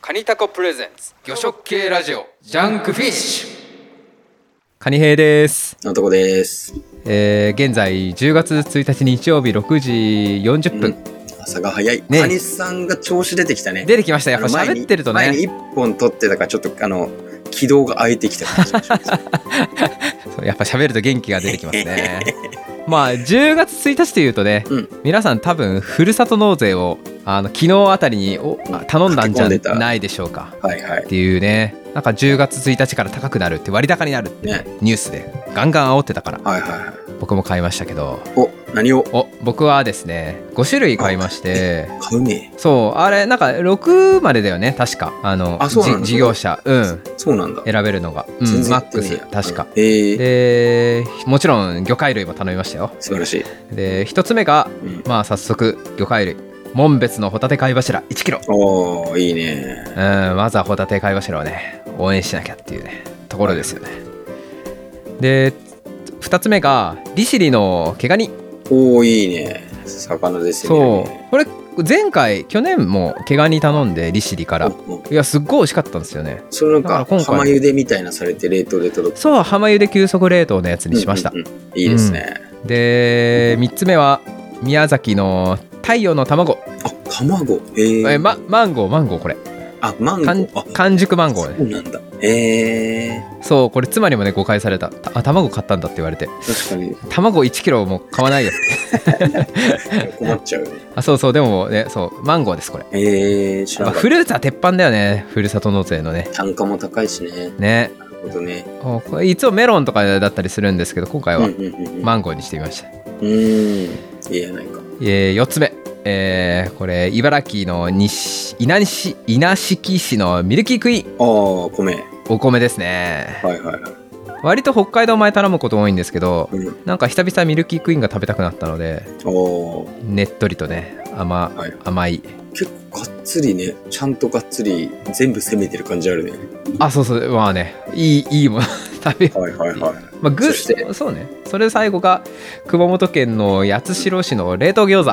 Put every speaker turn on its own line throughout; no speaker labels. カニタコプレゼンツ魚食系ラジオジャンクフィッシュ
カニ兵です、
のとこです。
えー現在10月1日日曜日6時40分、
朝が早い。
ね
カニさんが調子出てきたね。
出てきましたやっぱ
あの前に
喋ってると
前に
ね
一本取ってたから、ちょっと、あの、軌道が空いてきた感じが します。
そうやっぱ喋ると元気が出てきますね まあ10月1日というとね、
うん
皆さん多分ふるさと納税をあの昨日あたりにおあ頼んだんじゃないでしょうか
はいはい
っ。ていうねなんか10月1日から高くなるって割高になるって
ね。
ニュースでガンガン煽ってたから
はいはいはい。
僕も買いましたけど
お、何を
お僕はですね5種類買いまして
買うね。
そうあれなんか6までだよね確かあの
あそうなんだ
じ事業者うん
そうなんだ。
選べるのが、うん、
全然
マ
や
ッ
って
ク
ねえ
ス
や
確か。
うんええ。
でもちろん魚介類も頼みましたよ
素晴らしい。
で1つ目が
うん。
まあ早速魚介類門別のホタテ貝柱1キロ
おー、いいね。
うんまずはホタテ貝柱をね応援しなきゃっていうねところですよねで2つ目が利尻の毛ガニ
おー、いいね。魚です
そ
よ
う
ね。
これ前回去年も毛ガニ頼んで利尻から
おお
いやすっごい美味しかったんですよね
それなん
だ
か
から今回
浜茹でみたいなされて冷凍で届く
そう浜湯で急速冷凍のやつにしました、
うんうんうんいいですね、
で3つ目は宮崎の太陽の卵、
あ卵え
え
ー、
ま、マンゴーマンゴーこれ
あマンゴ
完
ーあ
完熟マンゴー
そ
ね
うなんだえー、
そうこれ妻にもね誤解されたたあ卵買ったんだって言われて
確かに
卵1キロも買わないよって
困っちゃうね。
あそうそうでもねそうマンゴーですこれ、
えー、知ら
まあ
んかっ
フルーツは鉄板だよねふるさと納税のね
た。単価も高いしね。
ね
なるほどね。
おこれいつもメロンとかだったりするんですけど今回
うん
は
うんうんうん。
マンゴーにしてみました、
うん。いいやないか。
え4つ目、えーこれ茨城の西稲西稲敷市のミルキークイーン
ああ、米。
お米ですね
はいはいはい。
割と北海道米頼むこと多いんですけど
うん。
なんか久々ミルキークイーンが食べたくなったので
おー
ねっとりとね甘,、
はい
甘い
結構がっつりね、ちゃんとがっつり全部攻めてる感じあるね。
あそうそうまあねいいいいもの 食べよ
はいはいはい。
うまあグ
そして
そうねそれで最後が熊本県の八代市の冷凍餃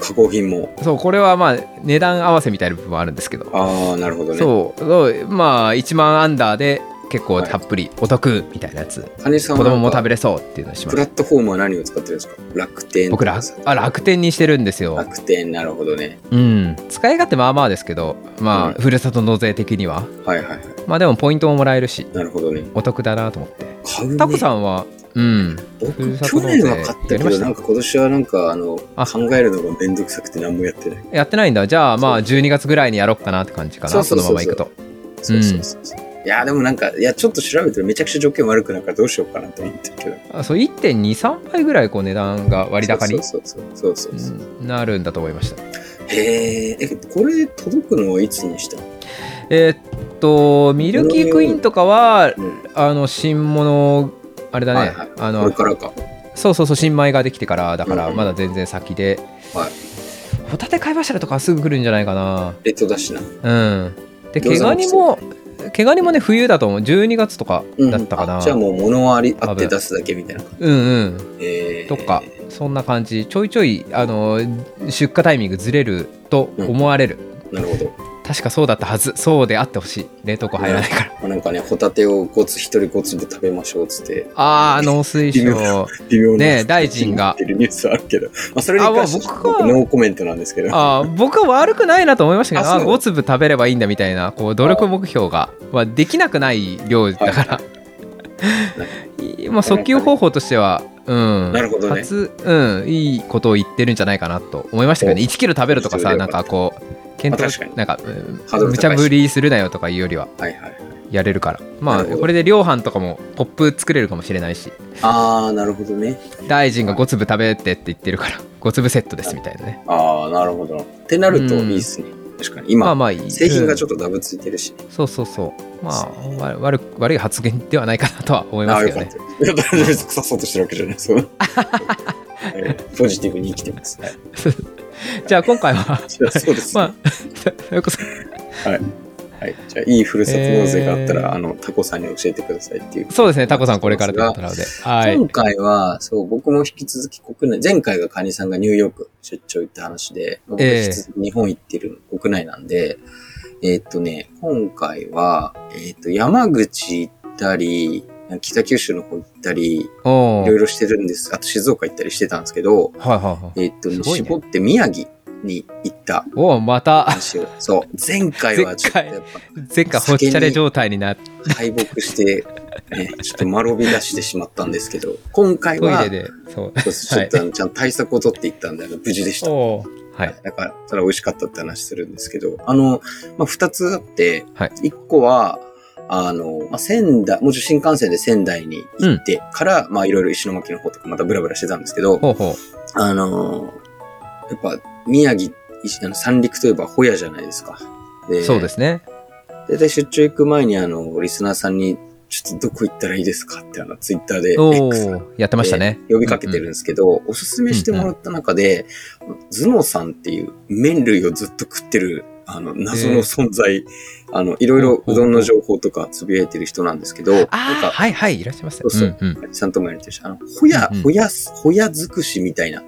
加工品も。
子そうこれはまあ値段合わせみたいな部分もあるんですけど、
ああ、なるほどね。
そうそうまあ1万アンダーで結構
はい
たっぷりお得みたいなやつ、
金さん
子
は
供も食べ
べ
れそうっていうのをしま
プ
し
ラ
た
ットフォームは何を使ってるんですか楽天
僕らあ楽天にしてるんですよ
楽天、なるほどね。
うん、使い勝手まあまあですけど、まあ
うん
ふるさと納税的には
はいはいはい。
まあでもポイントももらえるし
なるほどね。
お得だなと思って
買うね。
タコさんはうんふる
僕
さと
去
納税
年は買ったけ
やりまし
ど
た
なんか今年はなんかあの
あ
考えるのがめんどくさくて何もやってない
やってないんだじゃあまあ12月ぐらいにやろうかなって感じか
そ
な
う
そ
そう
の
そう
ま
そう
まいくと
そうそうそうそういやでもなんかいやちょっと調べてめちゃくちゃ条件悪くなるからどうしようかなと思ってるけど
あそう1.23倍ぐらいこう値段が割高に
そうそうそうそうそうそう
うんなるんだと思いました
へーえこれ届くのはいつにしたの
えーっとミルキークイーンとかは
うん
あの新物あれだね、
はいはい
あ
こ
の
れからか
そうそうそう新米ができてからだから
うん
まだ全然先で、
はい
ホタテ貝柱とかはすぐ来るんじゃないかな
レッドだしな
うんで毛
餃子
ガ
の
ニ
季節
も毛ガニもね冬だと思う12月とかだったかな、
あ
うん、
じゃあもう物はありあ
多
っ
分
て出すだけみたいな感
うん
じへー
とかそんな感じちょいちょいあの出荷タイミングずれると思われる、
なるほど
確かそうだったはずそうであってほしい冷凍庫入らないから、
まあなんかねホタテをごつ一人ごつで食べましょうっつって
ああ農水省
微微妙な
ねえ大臣が
ってるニュースあるけど、まあ、それに関して
あ
は
僕は
僕ノーコメントなんですけど
あー僕は悪くないなと思いましたけど
あ
あ
そう
5粒食べればいいんだみたいなこう努力目標がはできなくない量だから、い まあ訴求方法としては、うん、
なるほどね
初、うん、いいことを言ってるんじゃないかなと思いましたけどね
お
1キロ食べるとか
そ
さ
れで
な
よ
ん
か
か
った
こう検討
まあ確かに
なんか
ハードル高いし
無茶ぶりするなよとかいうよりは
はいはい
やれるからま
な
あ
るほど
これで量販とかもポップ作れるかもしれないし
ああなるほどね
大臣が5粒食べてって言ってるから5粒セットですみたいなね
ああなるほどってなるといいっすね、確かに今、
まあまあいい
製品が
うん
ちょっとダブついてるし、ね
そうそうそう。まあ、わ悪く悪い発言ではないかなとは思いま
ああ
す
よ
けど
かっ
ね。
たいや大丈夫です腐そうとしてるわけじゃないそう えーポジティブに生きてます、はい、
じゃあ今回 は、
じゃあそうです、
ま
ね
あ、それこそ、
はい、じゃあいいふるさと納税があったら、
えー
あのタコさんに教えてくださいっていう、
そうですね、タコさんこれからということなので。はい。
今回はそう僕も引き続き国内前回がカニさんがニューヨーク出張行った話で僕
ええ
引き続き日本行ってる国内なんで、えーっとね、今回は、えーっと、山口行ったり、北九州の方行ったり、い
おお
ろいろしてるんです。あと静岡行ったりしてたんですけど、
はいはいはい
えーっと、
すごいね
絞って宮城に行った
おおまた
話を。そう。前回はちょっとやっ
前回ほっちゃれ状態になって
ぱ敗北して、ね、ちょっとまろび出してしまったんですけど、今回
トイ
は
レ、でそう
そうですちょっとあのちゃんと対策を取っていったんで、あの無事でした。
おーはい
だから、ただ美味しかったって話するんですけど、あの、まあ、二つあって、
はい
一個は、あの、まあ、仙台、もちろん新幹線で仙台に行ってから、まあ、いろいろ石巻の方とかまたブラブラしてたんですけど、
ほうほ
あの、やっぱ、宮城、石あの三陸といえばホヤじゃないですか。
うそうですね
大体出張行く前に、あの、リスナーさんに、ちょっとどこ行ったらいいですかって、あの、ツイッターで、
お
X
おやってましたね
呼びかけてるんですけど、おすすめしてもらった中で、頭脳さんっていう麺類をずっと食ってる、あの、謎の存在、あの、いろいろうどんの情報とかつぶやいてる人なんですけど、なん
ああ
か、
はいはいいらっしゃいました
そうそう
うんうん
ちゃんともやれてるし、あの、ほや
うんうん、
ほや、ほや尽くしみたいな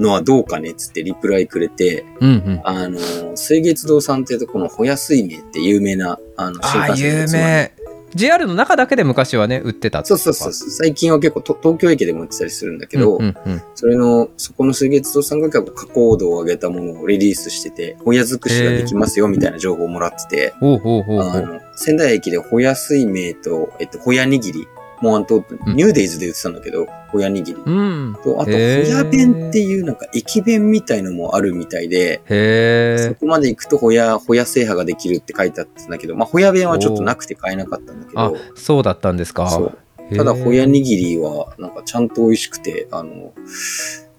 のはどうかねっつってリプライくれて、
うんうん
あの、水月堂さんっていうとこのほや水明って有名な、あの、
ああ
の
有
鉄道の
名 JR の中だけで昔はね売ってた
そうそうそうそう。最近は結構と東京駅でも売ってたりするんだけ
けどう
ど、
んうん
それの、そこの水月堂さんが結構加工度を上げたものをリリースしてて、ホヤ尽くしができますよみたいな情報をもらってて、
おうほうほうほ
あ
う
の、仙台駅でホヤ水明と、えっと、ホヤ握り、もうあと、
うん
ニューデイズで売ってたんだけど、ホヤ握り。
うん
と、あと、ホ
へー
ヤ弁っていうなんか駅弁みたいのもあるみたいで、そ
へえ
こまで行くとホヤ、ホヤ制覇ができるって書いてあったんだけど、まあ、ホヤ弁はちょっとなくて買えなかったんだけ
あ
ど、
そうだったんですか
そう。
へー
ただ、ホヤ握りは、なんかちゃんと美味しくて、あの、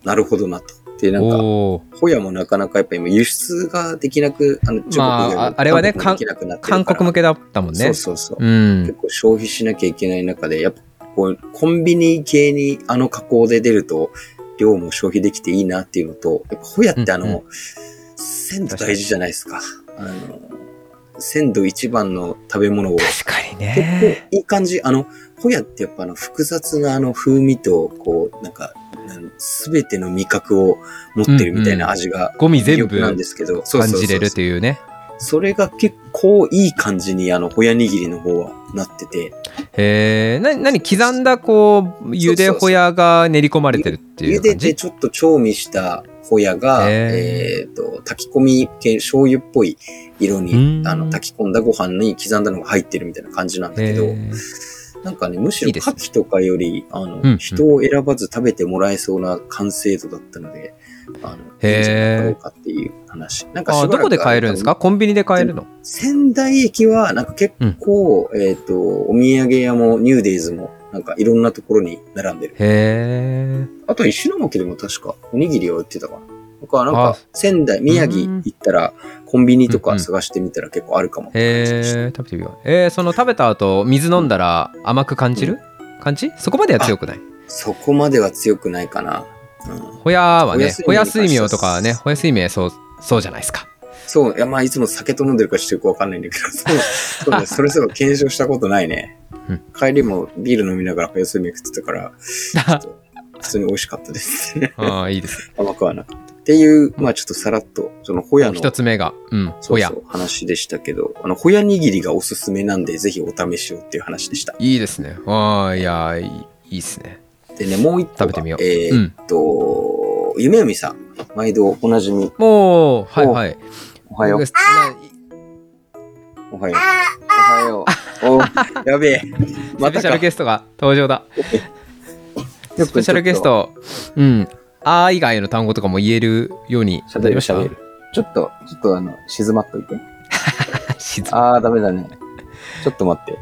なるほどなと。で、なんか、
おお
ホヤもなかなかやっぱ今輸出ができなく、あの、中国以外
まあ
も
ああれはね
韓国もできなくなってるから
韓国向けだったもんね
そうそうそう。
うん
結構消費しなきゃいけない中で、やっぱこう、コンビニ系にあの加工で出ると、量も消費できていいなっていうのと、やっぱホヤってあの、
うんうん
鮮度大事じゃないですか。あの、鮮度一番の食べ物を
確かに
結
ね
構いい感じ。あの、ホヤってやっぱあの複雑なあの風味と、こう、なんか、すべての味覚を持ってるみたいな味が
ゴミ
魅
全
力
部
なんで
感
すけど、そうそうそう
じれるというね
それが結構いい感じにあの、ホヤ握りの方はなってて、
へえな何刻んだこうゆでほやが練り込まれてるってい
茹
う
で
感
て
じ
ちょっと調味したホヤが、
へ
えっ、と、炊き込み系、醤油っぽい色
う
に、
ん
あの、炊き込んだご飯に刻んだのが入ってるみたいな感じなんだけど、
へ
なんかね、むし
い
ろ
いですね
牡蠣とかより、あの、
んうん
人を選ばず食べてもらえそうな完成度だったので、あの、
へー
いいんじゃなかろうかっていう話。なんかしば
あ
らく
どこで買えるんですかコンビニで買えるの
仙台駅は、なんか結構、えっ、と、お土産屋もニューデイズも、なんかいろんなところに並んでる。
へえ
あとは石巻でも確かおにぎりを売ってたかな。だからなんか
あ
仙台、宮城行ったらコンビニと
うんう
か
ん
探してみたら結構あるかも。
へえ食べてみようえー、その食べた後水飲んだら甘く感じる感じそこまでは強くない
そこまでは強くないかな。うん、
ほやはね
ほ
ほ
や
や
睡
睡
眠
眠とかはねほや睡眠そうそうじゃないですか
そう、いやまあいつも酒と飲んでるかちょっとよくわかんないんだ けど、そう、そうね、それすら検証したことないね
うん。
帰りもビール飲みながらお休み食ってた から、ちょっと普通に美味しかったです。
ああいい です
甘くはなかった。っていう、まあちょっとさらっと、そのホヤの
一つ目がうんほや
そうそう話でしたけど、あの、ホヤ握りがおすすめなんで、ぜひお試しをっていう話でした。
いいですねああいやいいいいっすね
でね、もう一個
食
が
べてみよう
え
う
ー
ん
っと、夢海さん。毎度おなじみ。
もうはいはい
おはよう。おはよう。おはよう。お、やべえ。ま
スペ
た
シャ
か
ルゲストが登場だ。
よく
スペシャルゲスト、うん。あー以外の単語とかも言えるようになりました。
喋れるちょっと、ちょっとあの、静まっといて。
静か
あー、ダメだね。ちょっと待って。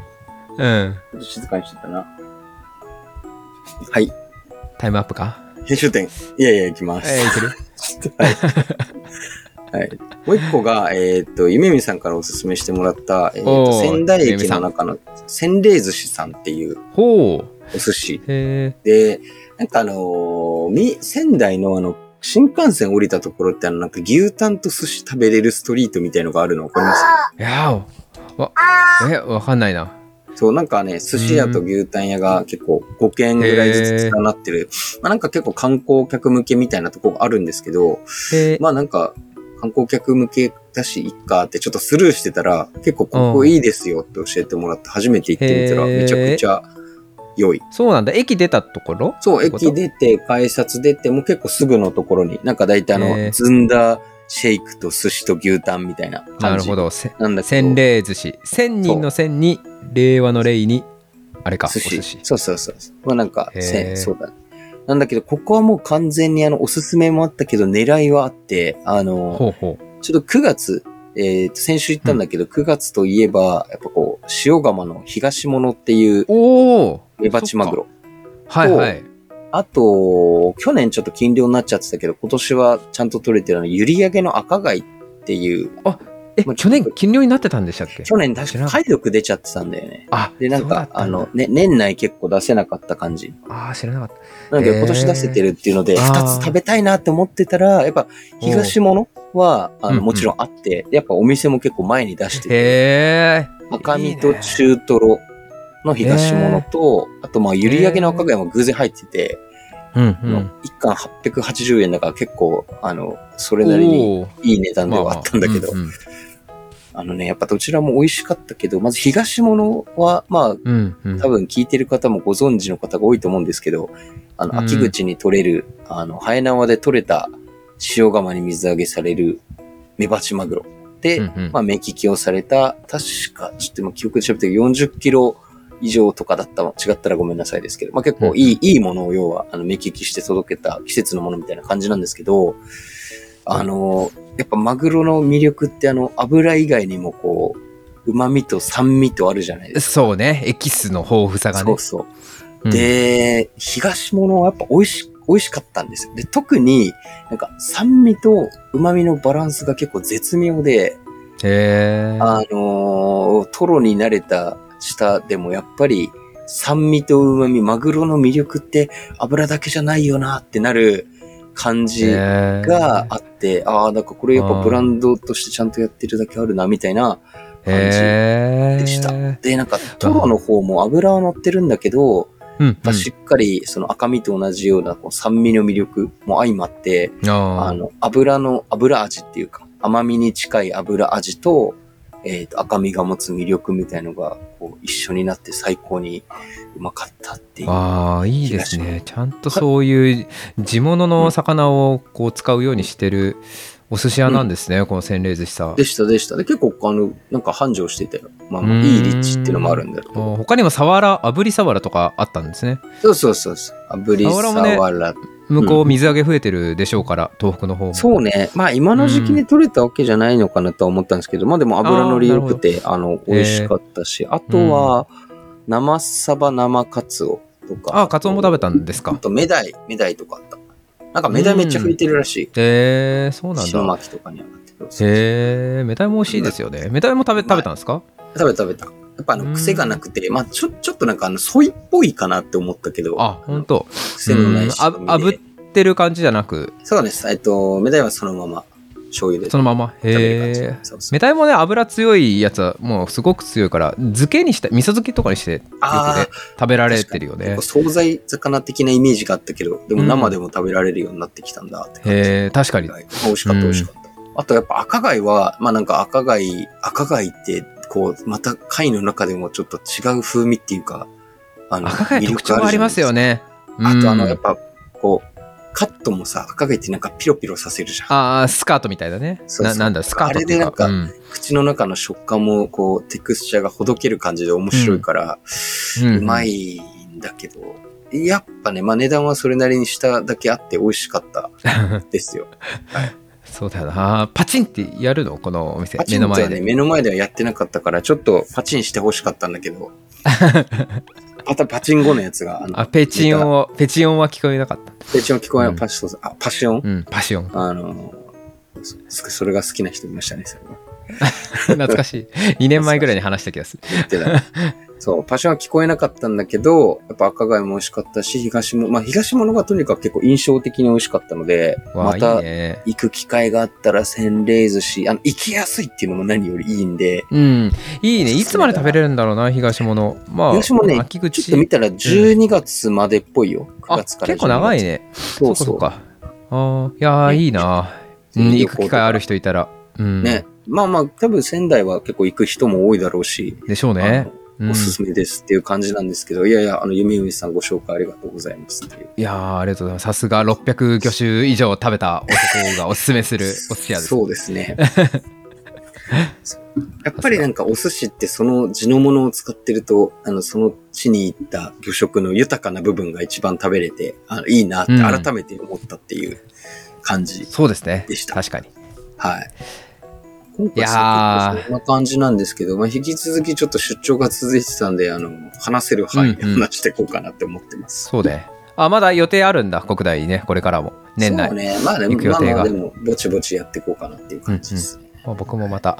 うん。
ちょっと静かにしてたな。はい。
タイムアップか
編集点。いやいや、行きます。
えー、いける
はい。もう一個が、えーっと、ゆめみさんからおすすめしてもらった、えーっと
おー
仙台駅の中の、仙霊寿司さんっていう
ほう。
お寿司
へ
で、なんかあのーみ、仙台のあの、新幹線降りたところってあの、なんか牛タンと寿司食べれるストリートみたいのがあるのわかります
え。いやーお。わ、え、わかんないな。
そう、なんかね、寿司屋と牛タン屋が結構5軒ぐらいずつ連なってる。まあなんか結構観光客向けみたいなとこがあるんですけど、
えー、
まあなんか、観光客向けだし、いっかってちょっとスルーしてたら、結構ここいいですよって教えてもらって、初めて行ってみたら、
へー
めちゃくちゃ良い。
そうなんだ駅出たところ
そう、
ってこと
駅出て、改札出て、もう結構すぐのところに、なんか大体あ
へ
の、
ー
ずんだシェイクと寿司と牛タンみたいな感じ。
なるほ。どせ
なんだけど
洗、礼寿司千人の千に令和の令にあれかお
寿
寿
司
司
そうそうそう。まあなんか、
へー
せんそうだね。なんだけど、ここはもう完全にあの、おすすめもあったけど、狙いはあって、あの、
ほうほ
ちょっと9月、えーと先週行ったんだけど、9月といえば、やっぱこう、塩釜の東物っていう
う、おお
メバチマグロ。
はいはい
あと、去年ちょっと禁漁になっちゃってたけど、今年はちゃんと取れてるあの、閖上の赤貝っていう、
え
まあ
去年禁漁になってたんでしたっけ
去年確
知
から
な
に
かっ
貝毒出ちゃってたんだよね。
たあ
で、なんか、あの、ね、年内結構出せなかった感じ。
ああー知らなかった
なんで今年出せてるっていうので、
えーあ
二
ー
つ食べたいなって思ってたら、やっぱ東物は、あ
うんう
の、
ん
もちろんあって、やっぱお店も結構前に出してて、
へえ
赤身と中トロの東物と、あとまあ、閖上の赤貝も偶然入ってて、
うんう
の
ん
一貫880円だから結構、あの、それなりに
おー
いい値段で
まあま
はあったんだけど、あ
うん
のね、やっぱどちらも美味しかったけど、まず東物は、まあ、
うんうんうん
多分聞いてる方もご存知の方が多いと思うんですけど、あ
う
の、
ん
秋口に取れる、あの、ハエ縄で取れた塩釜に水揚げされるメバチマグロ。で、
うんうん
まあ、目利きをされた、確か、ちょっと今記憶で調べて40キロ以上とかだったの、違ったらごめんなさいですけど、まあ結構いい、いいものを要は、あの、目利きして届けた季節のものみたいな感じなんですけど、あの、やっぱマグロの魅力ってあの、油以外にもこう、旨味と酸味とあるじゃないですか。
そうねエキスの豊富さが
そ
ね
うそう。
うん
で、東物はやっぱ美味し、美味しかったんですよ。で、特に、なんか酸味と旨味のバランスが結構絶妙で、
へえ
あのートロに慣れた舌でもやっぱり酸味と旨味、マグロの魅力って油だけじゃないよなってなる感じがあって、ああ、なんかこれやっぱブランドとしてちゃんとやってるだけあるな、みたいな感じ。
へえ
でしたで、なんかトロの方も油は乗ってるんだけど、
うんうん
やっぱしっかりその赤身と同じようなこう酸味の魅力も相まって、
あ
あ
ー
の油の油味っていうか甘みに近い油味と,、えーと赤身が持つ魅力みたいのがこう一緒になって最高にうまかったっていう。
あーいいです
東
ねちゃんとそういう地物の魚をこう使うようにしてるお寿司屋なんですね、この洗礼寿司さん
でしたでした。で結構あのなんか繁盛してたよ。まあ、
うーん
いい立地っていうのもあるんだけ
あ
ど。
ー他にもサワラ炙りサワラとかあったんですね
そうそうそうそう。炙り
サワラもね
サワラ。
向こう水揚げ増えてるでしょうから、東北の方も
そうね。まあ今の時期に取れたわけじゃないのかなとは思ったんですけど、まあでも油のり良くて、あの、美味しかったし、あとは、生サバ生カツオとか。
ああカツオも食べたんです
あ
か
と、メダイ、メダイとかあった。なんかメダイめっちゃ吹いてるらしい。
へえそうなん
石
だ
巻とかに上がってる。食
へえメダイも美味しいですよねメダイも食べ食べたんですか
べた食べた。やっぱあ
う
の、
ん
癖がなくて、まあちょ、ちょっとなんかあの、ソイっぽいかなって思ったけど、
あ本当。
癖のないし。
うんあ炙ってる感じじゃなく
そうです。えっと、メダイはそのまま醤油で
そ
食
のまま
べる感
へ
じ。
え
そうそう
メタイもね油強いやつはもうすごく強いから漬けにした味噌漬けとかにしてよく
あー
ね食べられてるよね
結構惣菜魚的なイメージがあったけど、でも生でも食べられるようになってきたんだって感じ。
へえ確かに
はい美味しかった、美味しかった。あとやっぱ赤貝は、まあなんか赤貝、赤貝って、こう、また貝の中でもちょっと違う風味っていうか、あ
赤貝
魅
特
力
徴ありますよ
ね。
ね
あとあの、
うん
やっぱ、こう、カットもさ、赤貝ってなんかピロピロさせるじゃん。
あースカートみたいだね
そうそう
ななんだスカートっていうか
あれで口の中の食感も、こう、テクスチャーがほどける感じで面白いから、
うん
うまいんだけど、やっぱね、まあ値段はそれなりにしただけあって美味しかった
うん
で すよ。
そうだよなパチンってやるのこのお店
パ
目
チンと
の
は
前
ね、
で
目の前ではやってなかったから、ちょっとパチンしてほしかったんだ けど、またパチン後のやつが、あの
あペチオンをペチオンは聞こえなかった
ペチオン聞こえん
うん
パシソあ、パシオン、
うんパシオン
あの、そそれが好きな人いましたね、それは。
懐か しい2年前ぐらいに話した気がする
言っ てた。そう、パシオンは聞こえなかったんだけど、やっぱ赤貝も美味しかったし、東も、まあ東ものがとにかく結構印象的に美味しかったので、
わ
ま
あい
た
いね
行く機会があったら洗礼寿司、あの、行きやすいっていうのも何よりいいんで、
うんいいね
おすすめだない
つまで食べれるんだろうな東物まあ
東もね
秋
ちょっと見
口
たら12月までっぽいよ。9
あ
月から
結構長いね
そうそう。
か。ああ、いやー、
ね
いいな。うん、行く機会ある人いたら。うん。
ね。まあまあ、多分仙台は結構行く人も多いだろうし、
でしょうね。うん
おすすめですっていう感じなんですけど、いやいや、あの、夢海さんご紹介ありがとうございますっていう。
いやーありがとうございます。さすが600魚種以上食べた男 がおすすめするお寿司屋です。
そうです ね。やっぱりなんかお寿司ってその地のものを使ってると、あの、その地に行った魚食の豊かな部分が一番食べれて、あのいいなって
うん
改めて思ったっていう感じ。
そうですね
でした。
確かに。
はい。今
い
回
やー
は結構そんな感じなんですけど、まあ、引き続きちょっと出張が続いてたんで、あの、話せる範囲で
うんうん
話していこうかなって思ってます。
そうね。あ、まだ予定あるんだ、国内にね、これからも。年内。
そうね。まあで
行
も、
く予
まあ
定が
まあでも、ぼちぼちやっていこうかなっていう感じですね。
まあ、僕もまた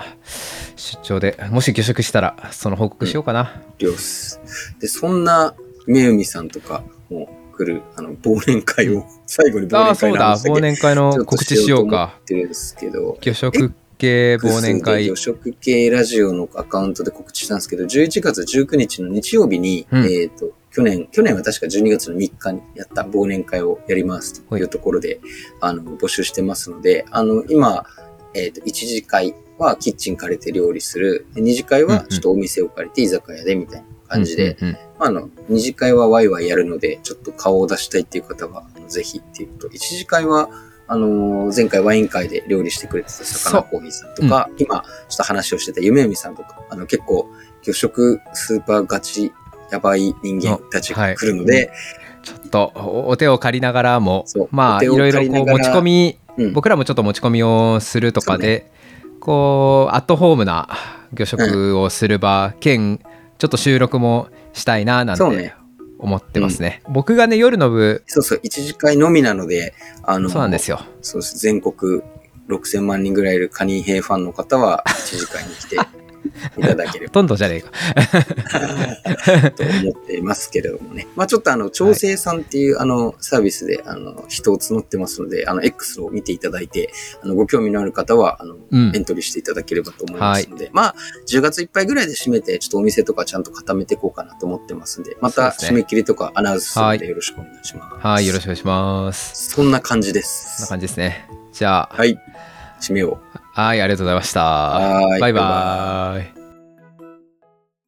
出張で、もし魚食したら、その報告しようかな。
りょうっすで、そんな、めうみさんとかも来る、あの、忘年会を、最後に忘
ああ、
年
そ
会
う
の
だ、
話だ
忘
け
年会の
ちょっと
告知しようか。
しようと思ってるんですけど、
魚食系忘年会
魚。食系ラジオのアカウントで告知したんですけど、11月19日の日曜日に、
うん
えっ、と、去年、去年は確か12月の3日にやった忘年会をやりますと
はいいう
ところで、あの、募集してますので、あの、今、えっ、と、1次会はキッチン借りて料理する、2次会
うん
は
うん
ちょっとお店を借りて居酒屋でみたいな感じで、
うんうん
まあ、あの、二次会はワイワイやるので、ちょっと顔を出したいっていう方は、あのぜひっていうこと。一次会は、あのー前回ワイン会で料理してくれてた魚コーヒーさんとか、今、ちょっと話をしてた夢海さんとか、あの、結構、魚食スーパーガチ、やばい人間たちが来るので、
ちょっとおお手を借りながらも
そう、
ま
お
あ、い
手を
ろい
借
ろ
り
こ
な
う
がら
持ち込み、
うん
僕らもちょっと持ち込みをするとかで、こう、アットホームな魚食をする場、兼、ちょっと収録もしたいな、なん
そう
て
ね
思ってますね。僕がね、夜の部、
そうそう、一次会のみなので、あのー
そうなんですよ。
そうです。全国6000万人ぐらいいるカニ兵ファンの方は、一次会に来ていただければ
ほとんどじゃねえか。
と思っていますけれどもね。まあちょっとあの、調整さんっていうあの、サービスであの、人を募ってますので、あの、X を見ていただいて、あの、ご興味のある方は、あの、
うん
エントリーしていただければと思いますので、まあ、10月いっぱいぐらいで締めて、ちょっとお店とかちゃんと固めていこうかなと思ってますんで、また
そうです
締
ね
め切りとかアナウンスする
は
の
い
でよろしくお願いします。
はい、よろしくお願いします。
そんな感じで
こんな
す。
感じですね。じゃあ、
はい。締めよう。
はい、ありがとうございました。
はーい
バイバーイ。